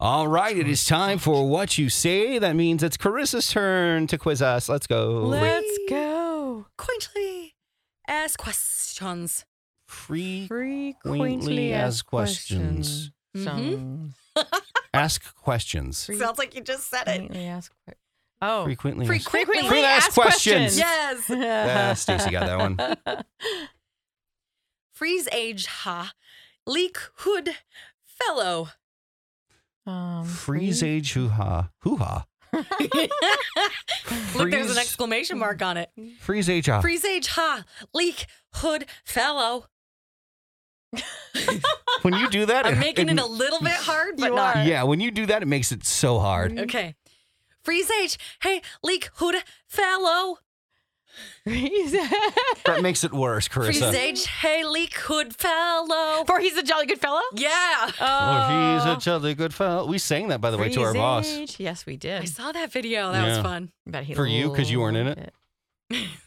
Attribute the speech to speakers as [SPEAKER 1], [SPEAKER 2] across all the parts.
[SPEAKER 1] All right, it is time for what you say. That means it's Carissa's turn to quiz us. Let's go.
[SPEAKER 2] Let's
[SPEAKER 3] Whee!
[SPEAKER 2] go.
[SPEAKER 3] Quaintly ask questions.
[SPEAKER 1] Free
[SPEAKER 2] Frequently
[SPEAKER 1] asked
[SPEAKER 2] asked
[SPEAKER 1] questions.
[SPEAKER 2] questions. Mm-hmm.
[SPEAKER 3] Mhm.
[SPEAKER 1] ask questions.
[SPEAKER 2] Free-
[SPEAKER 3] Sounds like you just said it.
[SPEAKER 2] Frequently asked. que- Oh,
[SPEAKER 1] Frequently. asked-
[SPEAKER 2] frequently,
[SPEAKER 3] Frequently
[SPEAKER 1] asked
[SPEAKER 2] asked
[SPEAKER 1] questions.
[SPEAKER 2] questions.
[SPEAKER 3] Yes.
[SPEAKER 1] Yeah, Stacey got that one.
[SPEAKER 3] Freeze age ha. Leak hood fellow.
[SPEAKER 2] Um,
[SPEAKER 1] Freeze age hoo ha. Hoo ha.
[SPEAKER 3] Look, there's
[SPEAKER 1] Freeze-
[SPEAKER 3] an exclamation mark on it.
[SPEAKER 1] Freeze age ah. ha.
[SPEAKER 3] Freeze age ha. Leak hood fellow.
[SPEAKER 1] When you do that,
[SPEAKER 3] I'm making it a little bit hard, but not.
[SPEAKER 2] are.
[SPEAKER 1] Yeah, when you do that, it makes it so hard.
[SPEAKER 3] Okay. Freeze age. Hey, leak hood fellow.
[SPEAKER 2] Freeze.
[SPEAKER 1] That makes it worse,
[SPEAKER 3] Freeze
[SPEAKER 1] Carissa.
[SPEAKER 3] age. Hey, leak hood fellow.
[SPEAKER 2] For he's a jolly good fellow.
[SPEAKER 3] Yeah.
[SPEAKER 1] Oh, he's
[SPEAKER 2] Oh.
[SPEAKER 1] a jolly good fellow. We sang that, by the way, to our
[SPEAKER 2] Freeze
[SPEAKER 1] boss.
[SPEAKER 2] age. Yes, we
[SPEAKER 3] I
[SPEAKER 2] did.
[SPEAKER 3] saw that video. That was
[SPEAKER 1] Yeah.
[SPEAKER 3] fun.
[SPEAKER 2] But he
[SPEAKER 1] For you, 'cause you weren't in
[SPEAKER 2] loved
[SPEAKER 1] it?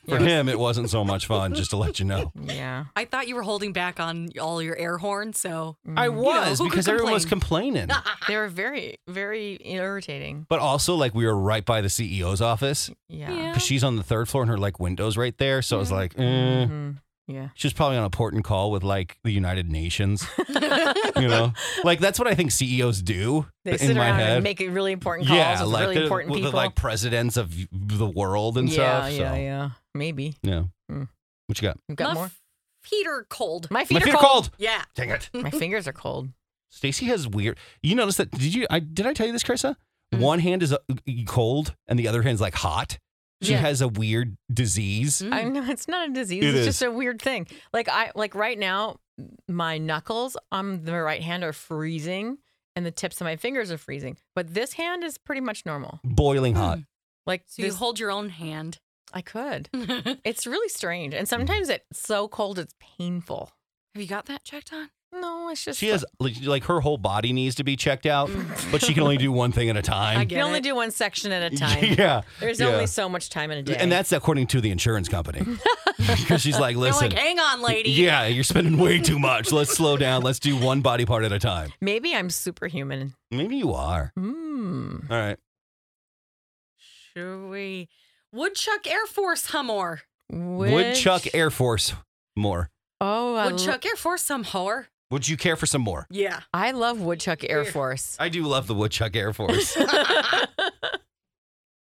[SPEAKER 1] For
[SPEAKER 2] Yeah.
[SPEAKER 1] him, it wasn't so much fun, just to let you know.
[SPEAKER 2] Yeah.
[SPEAKER 3] I thought you were holding back on all your air horns, so
[SPEAKER 1] I
[SPEAKER 2] Mm.
[SPEAKER 1] was
[SPEAKER 3] who could
[SPEAKER 1] because everyone was complaining.
[SPEAKER 2] They were very, very irritating.
[SPEAKER 1] But also, like, we were right by the CEO's office
[SPEAKER 2] Yeah.
[SPEAKER 3] Yeah.
[SPEAKER 1] because she's on the third floor and her like windows right there. So it was
[SPEAKER 2] Yeah.
[SPEAKER 1] like, eh.
[SPEAKER 2] Mhm. Yeah.
[SPEAKER 1] she was probably on a port and call with like the United Nations. you know, like that's what I think CEOs do
[SPEAKER 2] They
[SPEAKER 1] in
[SPEAKER 2] sit
[SPEAKER 1] my
[SPEAKER 2] around
[SPEAKER 1] head.
[SPEAKER 2] and make it really important calls
[SPEAKER 1] yeah,
[SPEAKER 2] with
[SPEAKER 1] like
[SPEAKER 2] really
[SPEAKER 1] the,
[SPEAKER 2] important
[SPEAKER 1] with the,
[SPEAKER 2] people.
[SPEAKER 1] like presidents of the world and
[SPEAKER 2] yeah,
[SPEAKER 1] stuff.
[SPEAKER 2] yeah,
[SPEAKER 1] so,
[SPEAKER 2] yeah. Maybe.
[SPEAKER 1] yeah.
[SPEAKER 2] Mm.
[SPEAKER 1] What you got? Mm.
[SPEAKER 2] We've got
[SPEAKER 3] My
[SPEAKER 2] more.
[SPEAKER 3] feet are cold.
[SPEAKER 2] My feet,
[SPEAKER 1] My feet are
[SPEAKER 2] cold.
[SPEAKER 1] cold.
[SPEAKER 3] Yeah.
[SPEAKER 1] Dang it.
[SPEAKER 2] My fingers are cold.
[SPEAKER 1] Stacy has weird. You notice that? Did you? I did. I tell you this, Carissa.
[SPEAKER 2] Mm-hmm.
[SPEAKER 1] One hand is uh, cold and the other hand's like hot. She
[SPEAKER 2] Yeah. Mm.
[SPEAKER 1] has a weird disease.
[SPEAKER 3] Mm.
[SPEAKER 2] I know it's not a disease.
[SPEAKER 1] It
[SPEAKER 2] it's
[SPEAKER 1] is.
[SPEAKER 2] just a weird thing. Like I like right now, my knuckles on the right hand are freezing, and the tips of my fingers are freezing. But this hand is pretty much normal.
[SPEAKER 1] Boiling hot.
[SPEAKER 2] Mm. Like
[SPEAKER 3] Mm. So you
[SPEAKER 2] this-
[SPEAKER 3] hold your own hand.
[SPEAKER 2] I could.
[SPEAKER 3] Have
[SPEAKER 2] It's really strange,
[SPEAKER 1] Mm.
[SPEAKER 2] and sometimes it's so cold it's painful.
[SPEAKER 3] you got that checked on?
[SPEAKER 2] No, it's just
[SPEAKER 1] She has like, like her whole body needs to be checked out, but she can only do one thing at a time.
[SPEAKER 3] I
[SPEAKER 2] You
[SPEAKER 3] get
[SPEAKER 2] can only
[SPEAKER 3] it.
[SPEAKER 2] do one section at a time.
[SPEAKER 1] Yeah.
[SPEAKER 2] There's
[SPEAKER 1] yeah.
[SPEAKER 2] only so much time in a day.
[SPEAKER 1] And that's according to the insurance company. Because she's like,
[SPEAKER 3] They're
[SPEAKER 1] listen,
[SPEAKER 3] like, hang on, lady.
[SPEAKER 1] yeah, you're spending way too much. Let's slow down. Let's do one body part at a time.
[SPEAKER 2] maybe I'm superhuman.
[SPEAKER 1] Maybe you are.
[SPEAKER 2] Mm.
[SPEAKER 1] All right.
[SPEAKER 3] Should we? Woodchuck Air Force Humor.
[SPEAKER 1] Woodchuck Air Force more.
[SPEAKER 2] Oh, I, lo-
[SPEAKER 3] Woodchuck Air Force some whore.
[SPEAKER 1] Would you care for some more?
[SPEAKER 3] Yeah.
[SPEAKER 2] I love Woodchuck Air
[SPEAKER 3] Here.
[SPEAKER 2] Force.
[SPEAKER 1] I do love the Woodchuck Air Force.